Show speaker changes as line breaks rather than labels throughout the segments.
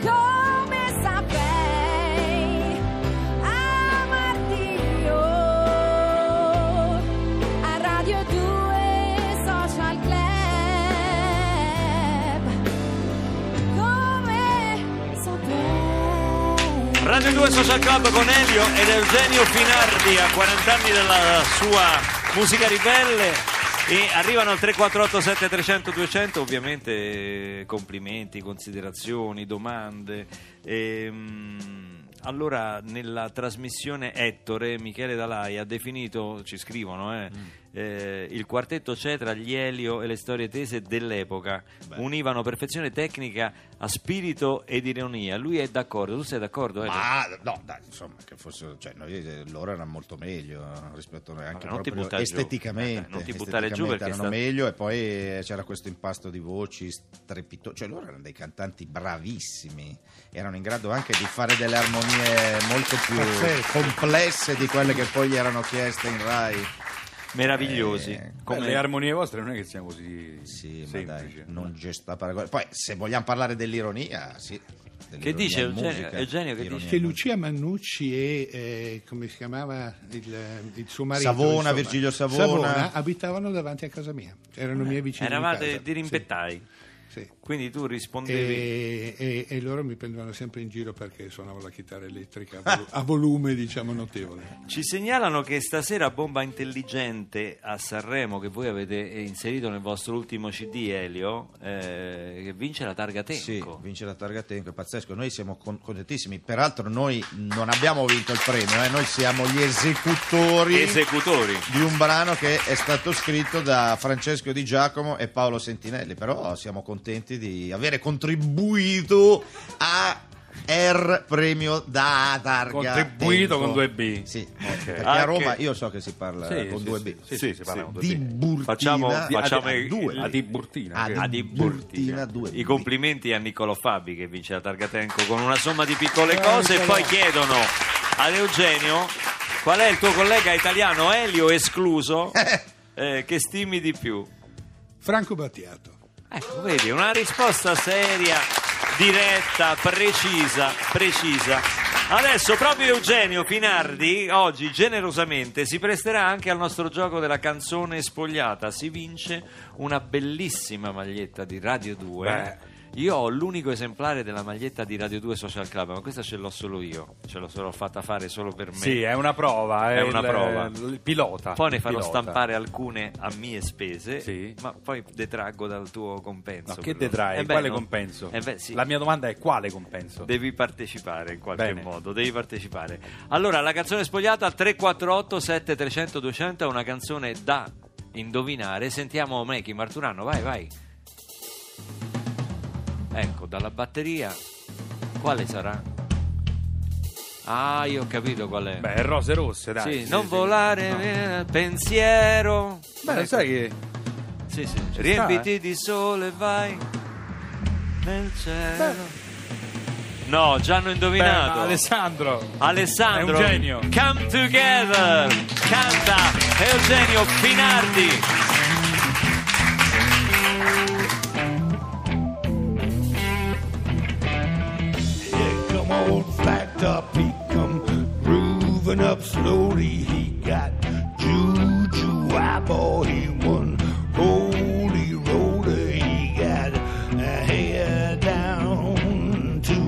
Come saprei amarti io a Radio 2 Social Club Come saprei
Radio 2 Social Club con Elio ed Eugenio Finardi a 40 anni dalla sua musica ribelle e arrivano al 348 7300 200 ovviamente eh, complimenti, considerazioni, domande Ehm, allora nella trasmissione Ettore Michele Dalai ha definito, ci scrivono eh, eh, il quartetto c'è tra gli Elio e le storie tese dell'epoca univano perfezione tecnica a spirito ed ironia lui è d'accordo, tu sei d'accordo Elio?
Ma no, dai, insomma, che fosse, cioè, noi, eh, loro erano molto meglio eh, rispetto a noi, anche
Vabbè, non ti
proprio
buttare giù.
esteticamente.
Eh, non ti buttare giù perché
esteticamente erano
sta-
meglio e poi eh, c'era questo impasto di voci strepitoso, cioè loro erano dei cantanti bravissimi, erano in grado anche di fare delle armonie molto più complesse di quelle che poi gli erano chieste in Rai.
meravigliosi.
Eh,
Come-
Beh, le armonie vostre non è che siano così
Sì, ma
semplici.
dai, non gesta paragone. Poi se vogliamo parlare dell'ironia, sì.
che
dell'ironia
dice
in
Eugenio?
musica.
Eugenio che dice?
Ironia
che
in musica.
Lucia Mannucci e eh, come si chiamava il, il suo marito
Savona,
insomma,
Virgilio Savona.
abitavano davanti a casa mia erano miei vicini di casa.
Eravate
Sì,
dirimpettai,
sì.
quindi tu rispondevi.
E, e- e loro mi prendevano sempre in giro perché suonavo la chitarra elettrica a, vol- a volume diciamo notevole
Ci segnalano che stasera Bomba Intelligente a Sanremo, che voi avete eh, inserito nel vostro ultimo CD, Elio, eh, che vince la targa
Sì,
Tenco.
vince la targa Tenco, è pazzesco. Noi siamo con- contentissimi. Peraltro, noi non abbiamo vinto il premio, eh, noi siamo gli esecutori
Esecutori.
di un brano che è stato scritto da Francesco Di Giacomo e Paolo Sentinelli. Però siamo contenti di avere contribuito a R premio da targa.
Contribuito
Tenco.
con due B. Ah,
Sì, perché
Anche-
a Roma io so che si parla
Sì,
con
sì,
due
sì,
B.
sì, sì, si parla con due
Di
B.
Burtina.
Facciamo-
di- a-
facciamo
a
il-
due.
A di Burtina.
A
che-
A di Burtina.
Burtina, due
I
B.
complimenti a Niccolo Fabi che vince la targa Tenco con una somma di piccole cose e poi chiedono ad Eugenio qual è il tuo collega italiano, Elio escluso, eh, che stimi di più.
Franco Battiato
Ecco, vedi, una risposta seria, diretta, precisa, precisa. Adesso proprio Eugenio Finardi oggi generosamente si presterà anche al nostro gioco della canzone spogliata. Si vince una bellissima maglietta di Radio 2. Io ho l'unico esemplare della maglietta di Radio 2 Social Club, ma questa ce l'ho solo io, ce l'ho solo fatta fare solo per me.
Sì, eh, è una prova.
È una
il- eh,
prova.
Il pilota.
Poi ne
il
farò
pilota.
stampare alcune a mie spese,
Sì.
ma poi detraggo dal tuo compenso.
No, che
però.
detrai?
Eh beh,
quale
no.
compenso?
Eh beh, sì.
La mia domanda è quale compenso?
Devi partecipare in qualche
Bene.
modo, devi partecipare. Allora, la canzone spogliata 348 7300 200 è una canzone da indovinare. Sentiamo Mechi Marturano, vai, vai. Ecco, dalla batteria quale sarà? Ah, io ho capito qual è.
Beh, rose rosse, dai.
Sì,
Sì,
non
sì.
volare
No.
via, pensiero.
Beh,
Ecco.
sai che
Sì, sì.
sta, eh.
Riempiti di sole, vai nel cielo. No, già hanno
Beh,
indovinato.
ma Alessandro.
Alessandro,
È un genio.
Come Together, canta Eugenio Finardi.
Here come old flat top, he come grooving up slowly. He got juju eyeball, he one holy roller. He got a hair down to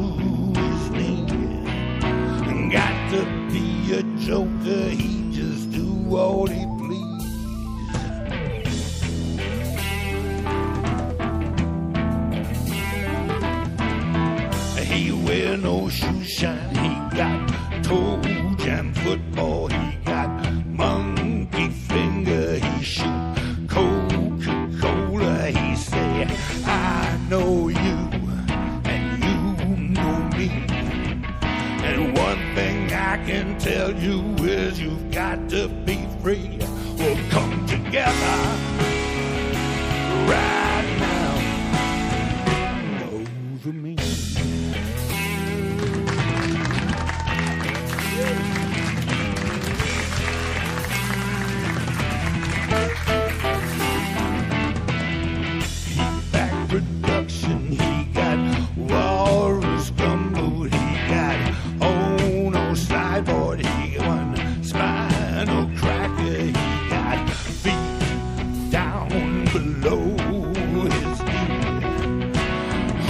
his knee got to be a joker. He just do what he please. He wear no shoe shine. He got toe jam football. He got monkey finger. He shoot Coca Cola. He say, I know you and you know me. And one thing I can tell you is you've got to be free. We'll come together right now. over me. back production. He got walrus gumbo. He got on a sideboard. He won spinal cracker. He got feet down below his knee.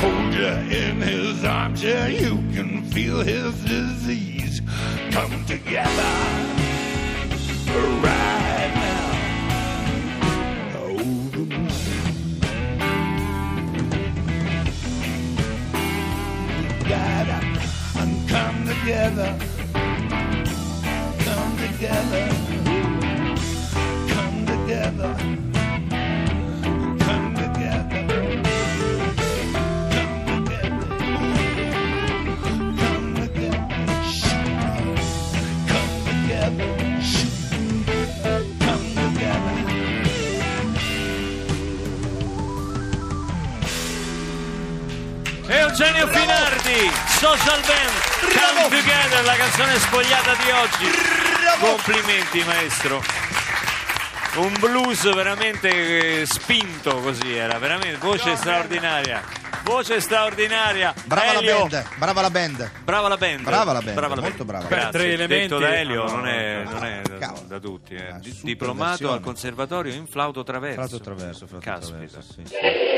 Hold you in his armchair. You can feel his disease. Come together. Right now, Oh, over me. got up and come together. Come together. Come together. Come together. Come together. Come together. Come together. Come together.
Eugenio Finardi, Social Band, Come Together, la canzone spogliata di oggi. Complimenti maestro. Un blues veramente eh, spinto così era, veramente voce straordinaria. Voce straordinaria.
Brava
Elio,
la band, brava la band.
Brava la band.
Brava la band, molto brava.
Grazie.
Per tre
Detto
elementi-
da Elio
Ah, no,
non è, non è da,
cavolo.
da tutti. eh.
Ah,
Di-
super
Diplomato
versione.
al conservatorio in flauto traverso.
Frato attraverso, frato
Caspita.
attraverso. Sì.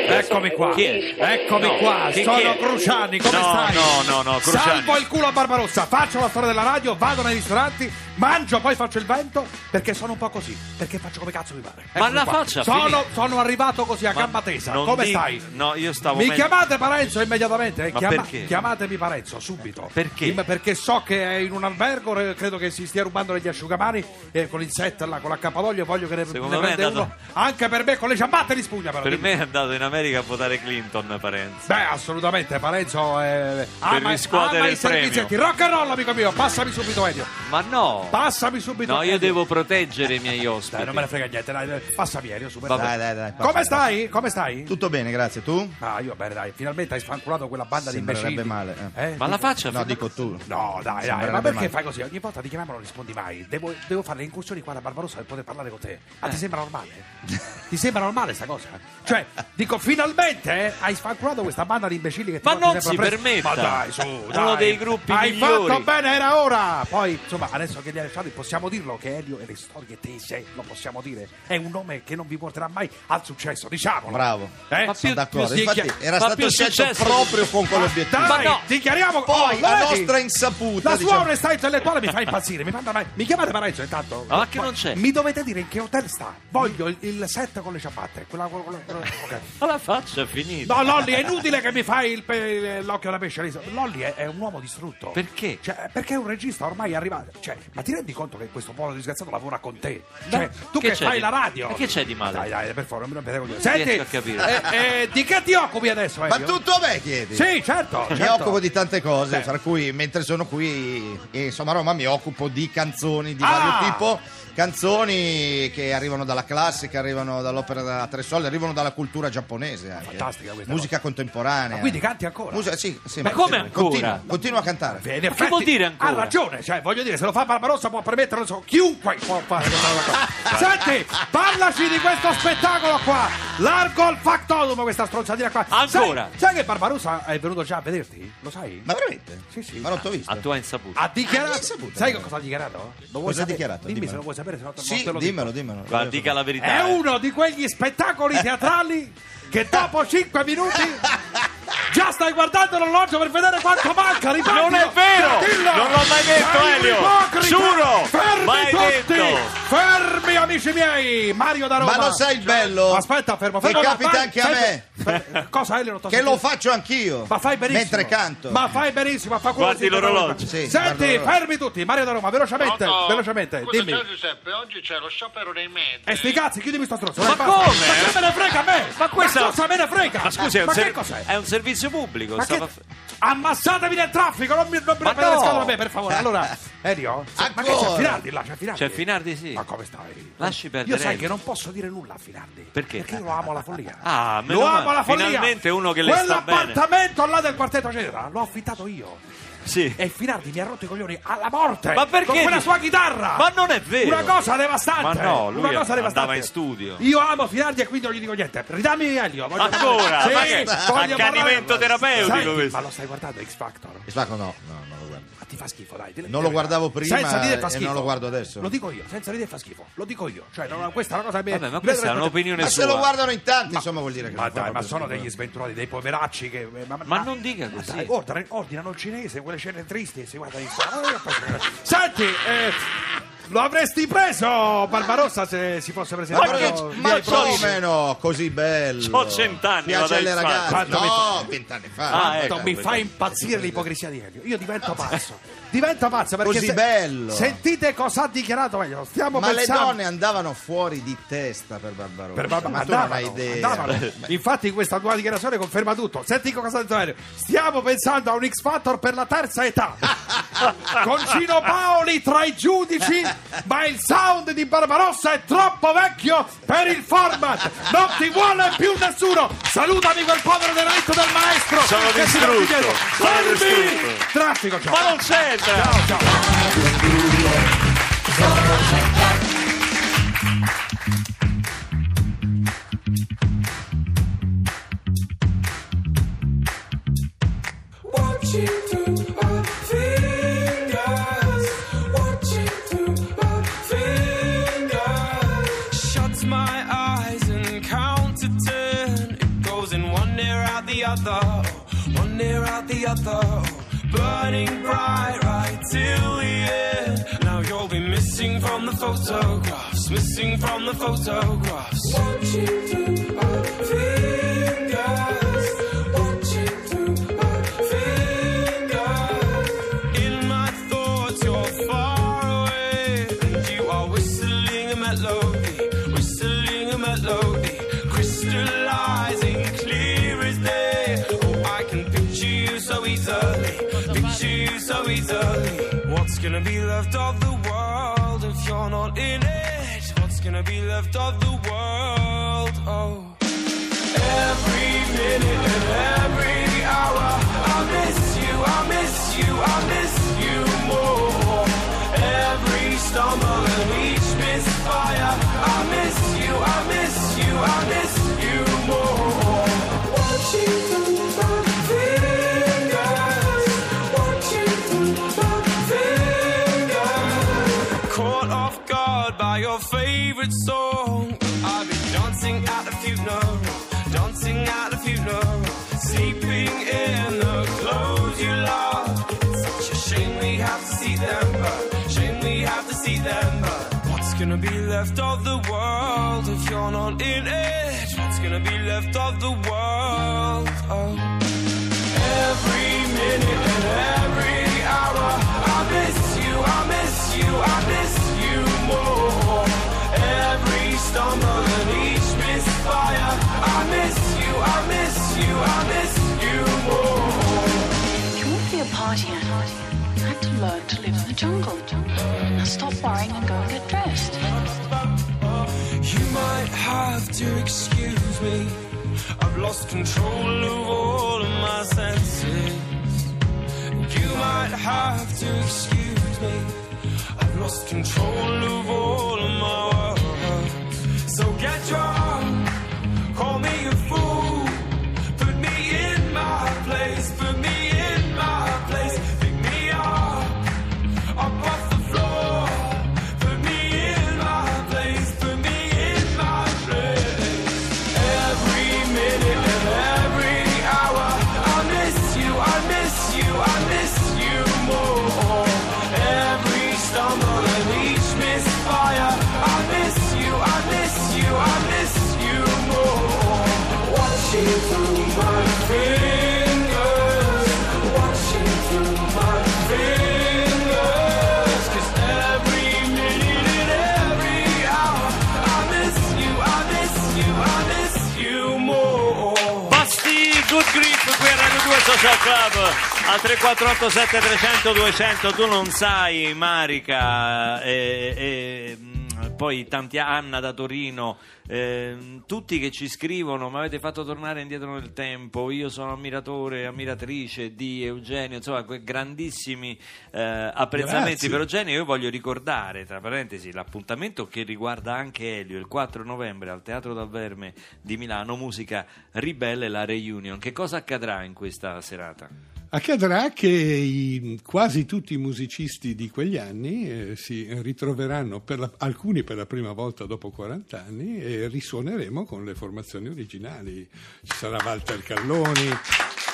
Eccomi qua.
Chi è?
Eccomi
No.
qua.
Chi-
Sono
chi è?
Cruciani, come
No,
stai?
no, no, no, Cruciani.
Salvo il culo a Barbarossa, faccio la storia della radio, vado nei ristoranti, mangio, poi faccio il vento perché sono un po' così, perché faccio come cazzo mi pare.
Ma
Eccomi
la
qua.
faccia,
Sono,
finì.
sono arrivato così a
Ma
gamba tesa.
non
Come
di-
stai?
no, io stavo
Mi
meglio.
chiamate Parenzo immediatamente, eh,
Ma
chiama-
perché?
chiamatemi Parenzo subito.
Perché?
Im- perché so che è in un albergo, eh, credo che si stia rubando degli asciugamani eh, con l'insetto là, con l'accappatoio, voglio che ne,
Secondo
ne
me è
prenda
andato-
uno. Anche per me con le ciabatte di spugna però.
Per
dimmi.
me è andato in America a votare Clinton, Parenza.
Beh, assolutamente, Parenzo eh, ama,
riscuotere
ama
il
i servizietti. Rock and roll, amico mio, passami subito Elio.
Ma no!
Passami subito.
No, io
Elio.
devo proteggere i miei ospiti.
Dai, non me ne frega niente, dai, dai, passami Elio, super.
Vabbè.
Dai, dai, dai. passa,
Come
passa.
stai? Come stai?
Tutto bene, grazie. Tu?
Ah, io bene, dai, finalmente hai sfanculato quella banda di
Sembrerebbe
imbecilli.
male, eh.
Ma la faccia
No, dico tu.
Cioè, No, dai, dai, ma
Sembrerebbe
perché
male.
fai così? Ogni volta ti chiamiamo non rispondi mai. Devo, devo fare le incursioni qua da Barbarossa per poter parlare con te. Ma
Eh.
ti sembra normale? ti sembra normale sta cosa? Cioè, dico, finalmente eh, hai sfanculato questa banda di imbecilli che ti
Ma
porti
non
sempre
si
a presa.
permetta.
Ma dai, su,
Uno
dai.
dei gruppi
Hai
migliori.
fatto bene, era ora! Poi, insomma, adesso che li hai lasciati possiamo dirlo che Elio e le storie tese, lo possiamo dire, è un nome che non vi porterà mai al successo, diciamolo.
Bravo.
Eh?
Sono
Ma più-
d'accordo.
più
Infatti,
sicchia-
era
ma più
stato scelto
successo-
proprio con
Dai,
quell'obiettivo.
Ma no.
dichiariamo
Poi,
oh,
a
vedi?
nostra insaputa,
La sua
diciamo.
onestà intellettuale mi fa impazzire, mi, manda mai- mi chiamate Parenzo intanto.
Ma che
Poi-
non c'è?
Mi dovete dire in che hotel sta. Voglio il, il set con le ciabatte. Quella, quella, quella- quella- ok.
Ma la faccia è finita.
No, Lolli, è inutile che mi fai il pe- l'occhio alla pesce. Lolli è, è un uomo distrutto.
Perché?
Cioè, perché è un regista ormai arrivato. Cioè, ma ti rendi conto che questo povero disgraziato lavora con te? Cioè, tu
che
che,
c'è
fai
di-
la radio.
Ma che c'è di male?
Dai, dai, per favore, non mi prego di
riesco
Senti,
a capire.
eh, eh, di che ti occupi adesso?
Ma
Elio?
tutto a me chiedi?
Sì, certo.
Mi
certo.
occupo di tante cose,
Beh.
fra cui mentre sono qui, eh, insomma, a Roma mi occupo di canzoni di
Ah!
vario tipo, canzoni che arrivano dalla classica, arrivano dall'opera da tre soldi, arrivano dalla cultura giapponese anche.
Fantastica questa
Musica contemporanea.
Ma quindi canti ancora?
Musica- sì, sì,
Ma come
sì,
ancora?
Continuo, continuo a cantare.
Beh, in effetti
vuol dire ancora?
Ha ragione, cioè, voglio dire, se lo fa Barbarossa può permetterlo, so, chiunque può fare questa cosa. Senti, parlaci di questo spettacolo qua, largo il factotum, questa stronzatina qua.
Ancora?
Sai, sai che Barbarossa è venuto già a vederti? Lo sai?
Ma veramente?
Sì, sì.
Ma non t'ho visto.
A tua insaputa.
Ha dichiarato.
Ah, l'hai saputo?
sai che cosa ha dichiarato? Lo vuoi
Cosa ha
sapere?
dichiarato?
Dimmi
Dimmelo.
se lo vuoi sapere, se no te- non
Sì,
te lo dico.
dimmelo, dimmelo.
Ma dica la verità.
È
eh.
uno di quegli spettacoli teatrali che dopo 5 minuti già stai guardando l'orologio per vedere quanto manca. Ripetilo,
Non è vero!
Dillo!
Non l'ho mai detto,
Sei un
Elio!
ipocrita!
Giuro!
Fermi
Mai
tutti!
detto!
Fermi, amici miei! Mario da Roma! Cioè,
Ma lo sai il bello?
Aspetta, fermo,
Che
fermo. no,
capita
fai-
anche a
sai-
me.
Fer- Cosa, Elio? Non t'ho
Che lo
sentito.
faccio anch'io.
Ma fai benissimo.
Mentre canto.
Ma fai benissimo. Fa quello
Guardi
che si deve
l'orologio.
fare.
Sì, guardo
Senti,
l'orologio.
fermi tutti. Mario da Roma, velocemente.
Pronto?
Velocemente,
Scusa,
dimmi.
ciao Giuseppe, oggi c'è lo sciopero dei medi.
E Eh, sti cazzi, chiudimi sto stronzo.
Ma
dai, basta.
come?
Ma che me ne frega a me?
Ma questa-
Ma cosa me ne frega?
Ma scusi, è un,
ma che
ser-
cos'è?
è un servizio pubblico. pubblico.
Ma
Stava
che-
f-
Ammazzatevi nel traffico, non mi rompete
Ma
le
no!
scatole a me, per favore. Allora, Elio, se- ma che c'è
Ancora?
Finardi là, c'è Finardi.
C'è Finardi, sì.
Ma come stai?
Lasci perdere
Io sai
Elio.
che non posso dire nulla a Finardi.
Perché?
Perché io lo amo alla follia.
Ah, meno
lo
male.
amo alla follia.
Finalmente uno che le sta bene.
Quell'appartamento là del quartetto c'era, l'ho affittato io.
Sì.
E Finardi mi ha rotto i coglioni alla morte.
Ma perché
Con quella
ti-
sua chitarra.
Ma non è vero.
Una cosa devastante.
Ma no, lui
una cosa
andava
devastante.
in studio.
Io amo Finardi e quindi non gli dico niente. Ridami Elio. voglio
Ancora?
parlare.
Ma
Sì,
che-
voglio
accanimento
parlare.
terapeutico
Senti,
questo.
Ma lo stai guardando X Factor?
E Spacco no, no, non lo guardo.
Ma ti fa schifo, dai. dille-
Non lo guardavo prima
senza ridere fa
e
schifo.
non lo guardo adesso.
Lo dico io, senza ridere fa schifo. Lo dico io. Cioè, non- questa è una cosa mia.
Vabbè, ma questa è un'opinione
Ma
sua.
se lo guardano in tanti, insomma, vuol dire che
Ma
lo
dai,
fanno
ma
per
sono
sicuro.
degli sventurati, dei poveracci che. Ma,
Ma non dica così.
dai, ordinano, ordinano il cinese, quelle scene tristi e si guarda in
Eh,
sala. Senti, eh, lo avresti preso Barbarossa se si fosse presentato.
Ma, che-
via
ma
i prolimi.
come no? Così bello.
C'ho cent'anni, vado
Piace
a
alle
X Factor.
ragazze.
Quanto mi fa-
No, vent'anni
Ah,
fa.
Tanto
ecco,
mi
ecco.
fa
eh,
impazzire l'ipocrisia di Elio. Io divento pazzo. Divento pazzo perché.
Così bello.
Sentite cosa ha dichiarato Elio. Stiamo
Ma le
pensando.
donne andavano fuori di testa per Barbarossa.
Per Barba-
ma tu non hai
andavano,
idea.
andavano. Infatti, questa tua dichiarazione conferma tutto. Senti che cosa ha detto Elio. Stiamo pensando a un X Factor per la terza età. Con Gino Paoli tra i giudici, ma il sound di Barbarossa è troppo vecchio per il format. Non ti vuole più nessuno. Salutami quel povero deretto del maestro.
Sono
che si mette
distrutto,
dietro.
sono
Fermi!
distrutto.
Traffico, ciao.
Ma non c'entra!
Ciao, ciao.
Watching through my fingers, watching through my fingers. Shuts my eyes and count to ten. It goes in one ear out the other, one ear out the other. Burning bright right till the end. Now you'll be missing from the photographs, missing from the photographs. Watching through my fingers, watching through my fingers. In my thoughts, you're far away, and you are whistling a melody, whistling a melody, crystallizing clear as day. Oh, I can picture you so easily, picture you so easily. What's gonna be left of the world if you're not in it? What's gonna be left of the world? Oh. Every minute and every hour, I miss you, I miss you, I miss you more. Every stumble and each misfire, I miss you, I miss you, I miss you more. Watching through my fingers, watching through my fingers caught off guard by your favorite song. I've been dancing at a funeral, dancing at a funeral, sleeping in the clothes you love. It's such a shame we have to see them, but shame we have to see them, but what's gonna be left of the world if you're not in it? What's gonna be left of the world? Oh. Every minute and every hour, I miss you, I miss you, I miss you more. Every stumble and each misfire, I miss you, I miss you, I miss you more.
You won't be a partier. You had to learn to live in the jungle. Now stop worrying and go and get dressed.
You might have to excuse me. I've lost control of all of my senses. You might have to excuse me. I've lost control of all of my words. So get drunk, call me a fool. Put me in my place, put me in my place. Pick me up up off the floor. Put me in my place, put me in my place. Every minute and every hour, I miss you, I miss you, I miss you more. Every stumble and each miss.
Radio 2 Social Club al 348 7300 200 tu non sai Marica e, e, mh, poi tanti Anna da Torino ehm, tutti che ci scrivono mi avete fatto tornare indietro nel tempo io sono ammiratore ammiratrice di Eugenio insomma que- grandissimi eh, apprezzamenti
Grazie.
per Eugenio io voglio ricordare tra parentesi l'appuntamento che riguarda anche Elio il 4 novembre al Teatro dal Verme di Milano musica ribelle la reunion che cosa accadrà in questa serata?
Accadrà che i- quasi tutti i musicisti di quegli anni eh, si ritroveranno, per la- alcuni per la prima volta dopo 40 anni, e risuoneremo con le formazioni originali. Ci sarà Walter Calloni,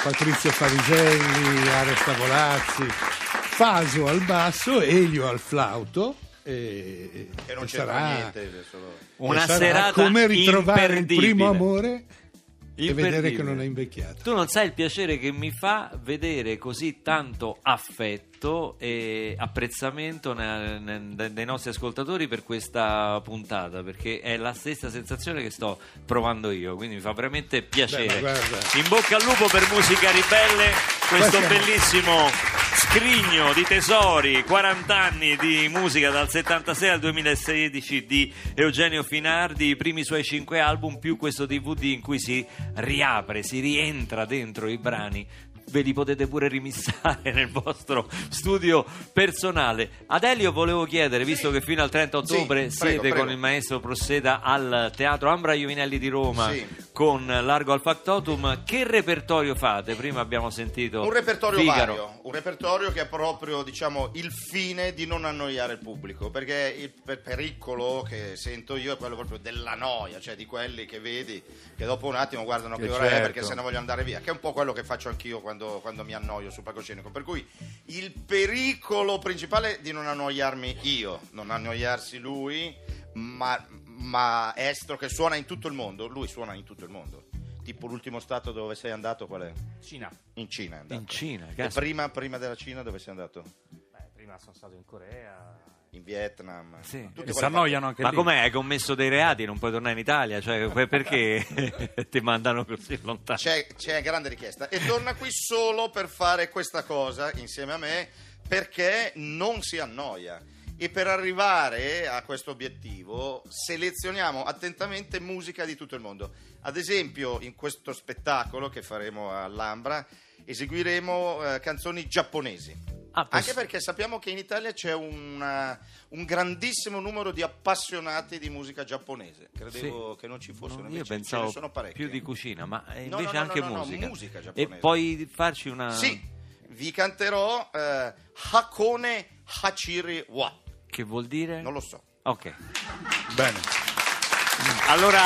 Patrizio Fariselli, Aresta Volazzi, Faso al basso, Elio al flauto. E,
Che non
e
c'entra
sarà-
niente. solo-
Una
e Eh, sarà
serata
come ritrovare il
imperdibile.
primo amore e
Imperdibile.
vedere che non è invecchiato.
Tu non sai il piacere che mi fa vedere così tanto affetto e apprezzamento ne- ne- de- dei nostri ascoltatori per questa puntata, perché è la stessa sensazione che sto provando io, quindi mi fa veramente
Beh,
piacere.
ma guarda.
In bocca al lupo per Musica Ribelle, questo
Questo è-
bellissimo scrigno di tesori, 40 anni di musica dal 76 al 2016 di Eugenio Finardi, i primi suoi 5 album più questo DVD in cui si riapre, si rientra dentro i brani. Ve li potete pure rimissare nel vostro studio personale. Ad Elio volevo chiedere, visto che fino al 30
Sì,
ottobre
prego,
siete
prego.
con il maestro Prosseda al Teatro Ambra Iovinelli di Roma
Sì.
con Largo al Factotum, che repertorio fate? Prima abbiamo sentito
Un repertorio
Figaro.
vario, un repertorio che è proprio diciamo, il fine di non annoiare il pubblico, perché il pe- pericolo che sento io è quello proprio della noia, cioè di quelli che vedi che dopo un attimo guardano che,
Eh,
ora è
certo.
perché se no voglio andare via, che è un po' quello che faccio anch'io quando, quando mi annoio sul palcoscenico, per cui il pericolo principale è di non annoiarmi io, non annoiarsi lui, ma, ma estro che suona in tutto il mondo, lui suona in tutto il mondo. Tipo l'ultimo stato dove sei andato qual è?
Cina.
In Cina è andato.
In Cina,
E
caspita.
prima, prima della Cina dove sei andato?
Beh, prima sono stato in Corea.
In Vietnam.
Sì.
Tutte
E
quelle
si annoiano anche
Ma
lì.
com'è? Hai commesso dei reati, non puoi tornare in Italia? Cioè, que- perché ti mandano così
parti.
lontano?
C'è, c'è grande richiesta. E torna qui solo per fare questa cosa insieme a me perché non si annoia. E per arrivare a questo obiettivo selezioniamo attentamente musica di tutto il mondo. Ad esempio, in questo spettacolo che faremo all'Ambra eseguiremo eh, canzoni giapponesi.
Ah, posso-
Anche perché sappiamo che in Italia c'è una- un grandissimo numero di appassionati di musica giapponese. Credevo
Sì.
che non ci
No,
fossero,
io
invece ce
pensavo
ne sono parecchi.
più di cucina, ma eh,
No,
invece
no, no,
anche
no, no,
musica.
musica
e
giapponese.
poi farci una...
Sì, vi canterò eh, Hakone Hachiri Wa.
Che vuol dire?
Non lo so.
Ok.
Bene.
Allora,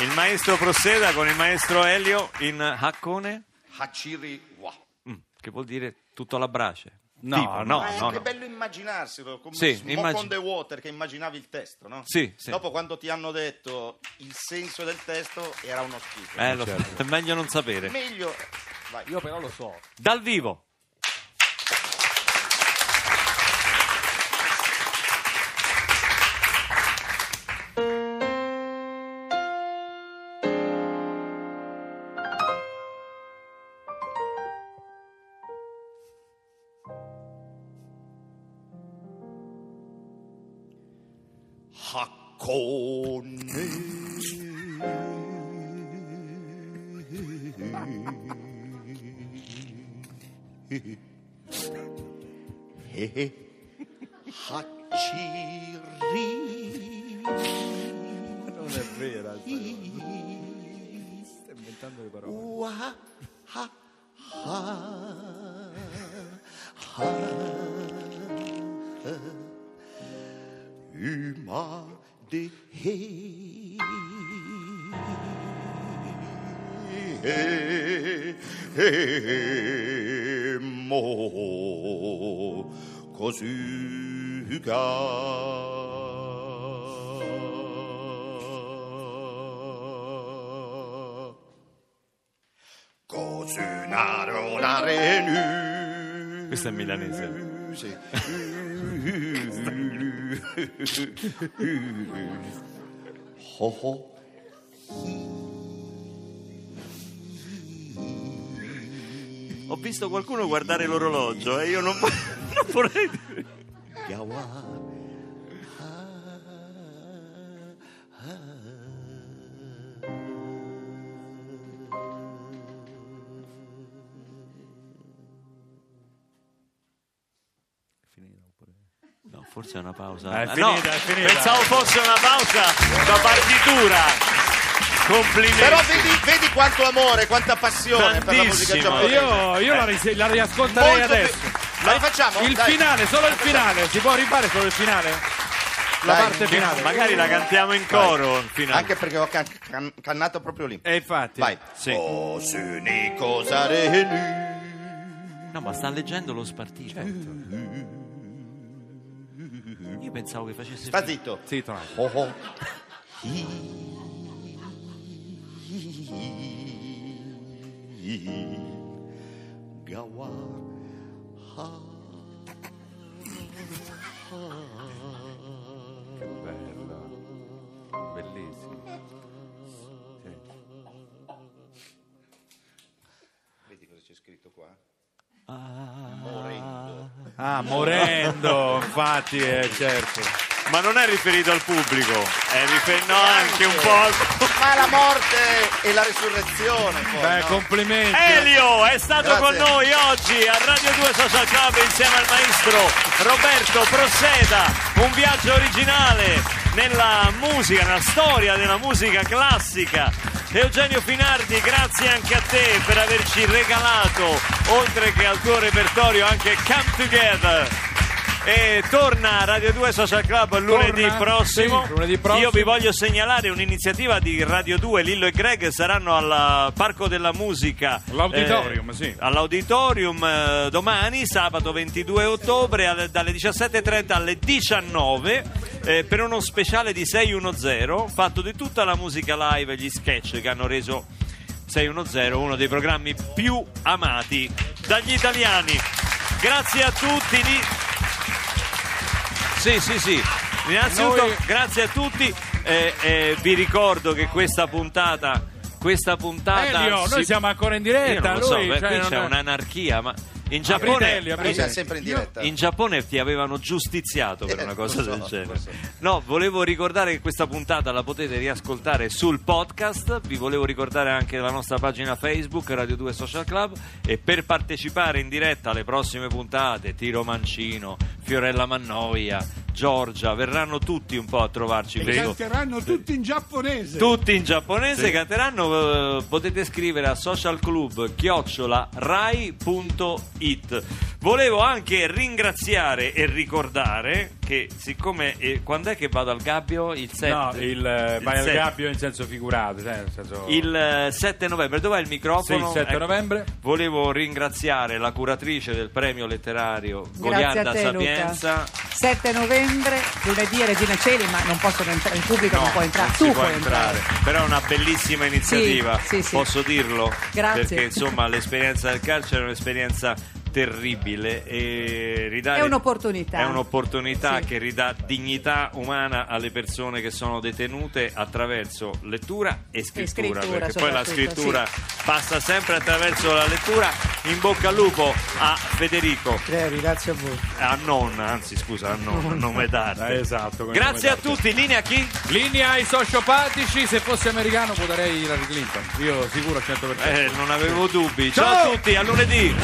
il maestro Prosseda con il maestro Elio in Haccone,
Hachiri Wa.
mm, che vuol dire tutto alla brace.
No,
Tipo, no,
Ma è
no,
anche
no.
bello immaginarselo, come
Sì,
Smoke
immagino.
on the Water, che immaginavi il testo, no?
Sì, sì.
Dopo quando ti hanno detto il senso del testo era uno schifo.
Eh, lo so, è meglio non sapere.
Meglio... Vai.
Io però lo so.
dal vivo.
Non è vera. sta cosa. Sta inventando le parole.
Kosuga Kosunaro Narenu
Questo è milanese.
Sì. Ho ho.
Ho visto qualcuno guardare l'orologio e io non, vo- non vorrei... No, forse è una pausa.
Eh, è
Ah,
finita,
no,
è finita.
Pensavo fosse una pausa da partitura. Complimenti.
Però vedi, vedi quanto amore, quanta passione per la musica
Tantissimo.
giapponese.
Io- io la ris- la riascolterei
Molto più-
adesso.
La rifacciamo?
Il
Dai.
finale, solo il finale. Si può rifare solo il finale? La
Dai.
parte finale.
Magari la cantiamo in coro. in finale.
Anche perché ho can- can- cannato proprio lì.
E infatti.
Vai. Oh, Sunico Sarenu.
No, ma sta leggendo lo spartito.
Certo.
Io pensavo che facesse...
Sta zitto.
Zitto.
Oh, oh.
Gawa.
Che bello. Bellissimo.
Vedi cosa c'è scritto qua?
Ah, morendo, infatti, eh, certo.
Ma non è riferito al pubblico, è riferito no, anche un po' al
Ma la morte e la risurrezione. Poi,
Beh,
no?
complimenti.
Elio è stato
Grazie.
con noi oggi a Radio 2 Social Club insieme al maestro Roberto Proseda, un viaggio originale nella musica, nella storia della musica classica. Eugenio Finardi, grazie anche a te per averci regalato, oltre che al tuo repertorio, anche Come Together. E torna a Radio 2 Social Club lunedì
Torna,
prossimo.
sì, lunedì prossimo.
Io vi voglio segnalare un'iniziativa di Radio 2, Lillo e Greg saranno al Parco della Musica. Eh,
All'auditorium, sì.
All'auditorium eh, domani, sabato 22 ottobre, alle- dalle 17.30 alle 19. eh, per uno speciale di 610 fatto di tutta la musica live e gli sketch che hanno reso 610 uno dei programmi più amati dagli italiani. Grazie a tutti. di- Sì, sì, sì. Innanzitutto,
Noi-
grazie a tutti. eh, eh, vi ricordo che questa puntata. Questa puntata.
Elio, noi siamo ancora in diretta,
Io non lo so,
lui,
beh,
cioè,
qui
non
c'è
è-
un'anarchia, ma. In
Aprite,
Giappone,
Elio,
Noi
aprite.
siamo sempre in diretta.
in Giappone ti avevano giustiziato per
Eh,
una cosa
lo so,
del genere.
lo so.
No, volevo ricordare che questa puntata la potete riascoltare sul podcast. Vi volevo ricordare anche la nostra pagina Facebook Radio 2 Social Club. E per partecipare in diretta alle prossime puntate, Tiro Mancino, Fiorella Mannoia, Giorgia, verranno tutti un po' a trovarci.
E
credo.
canteranno tutti in giapponese.
Tutti in giapponese canteranno. eh, potete scrivere a socialclub-rai.it. Volevo anche ringraziare e ricordare che, siccome eh, quando è che vado al gabbio? Il 7
No, il, eh,
Il
vai al
set.
gabbio in senso figurato. sai, nel senso-
Il eh, 7 novembre, dov'è il
Sì, il
microfono?
7
Ecco.
novembre.
Volevo ringraziare la curatrice del premio letterario
Grazie a
Goliarda
te,
Sapienza.
Luca. 7 novembre, lunedì, Regina Celi, ma non possono entrare, il pubblico non può entrare.
non
tu
si può
puoi
entrare. però è una bellissima iniziativa,
Sì, sì, sì.
posso dirlo?
Grazie.
Perché insomma l'esperienza del carcere è un'esperienza terribile e ridare
È un'opportunità.
è un'opportunità
Sì.
che ridà dignità umana alle persone che sono detenute attraverso lettura e scrittura,
scrittura,
perché poi la
soprattutto,
scrittura passa sempre attraverso la lettura. In bocca al lupo a Federico,
grazie Eh, a voi.
a non, anzi scusa, a non, a nome d'arte.
Eh, esatto. come
Grazie a
nome
tutti, linea chi?
d'arte. Linea ai sociopatici. Se fossi americano, voterei Hillary Clinton. Io sicuro al 100%.
Eh, non avevo dubbi. Ciao a tutti, a lunedì.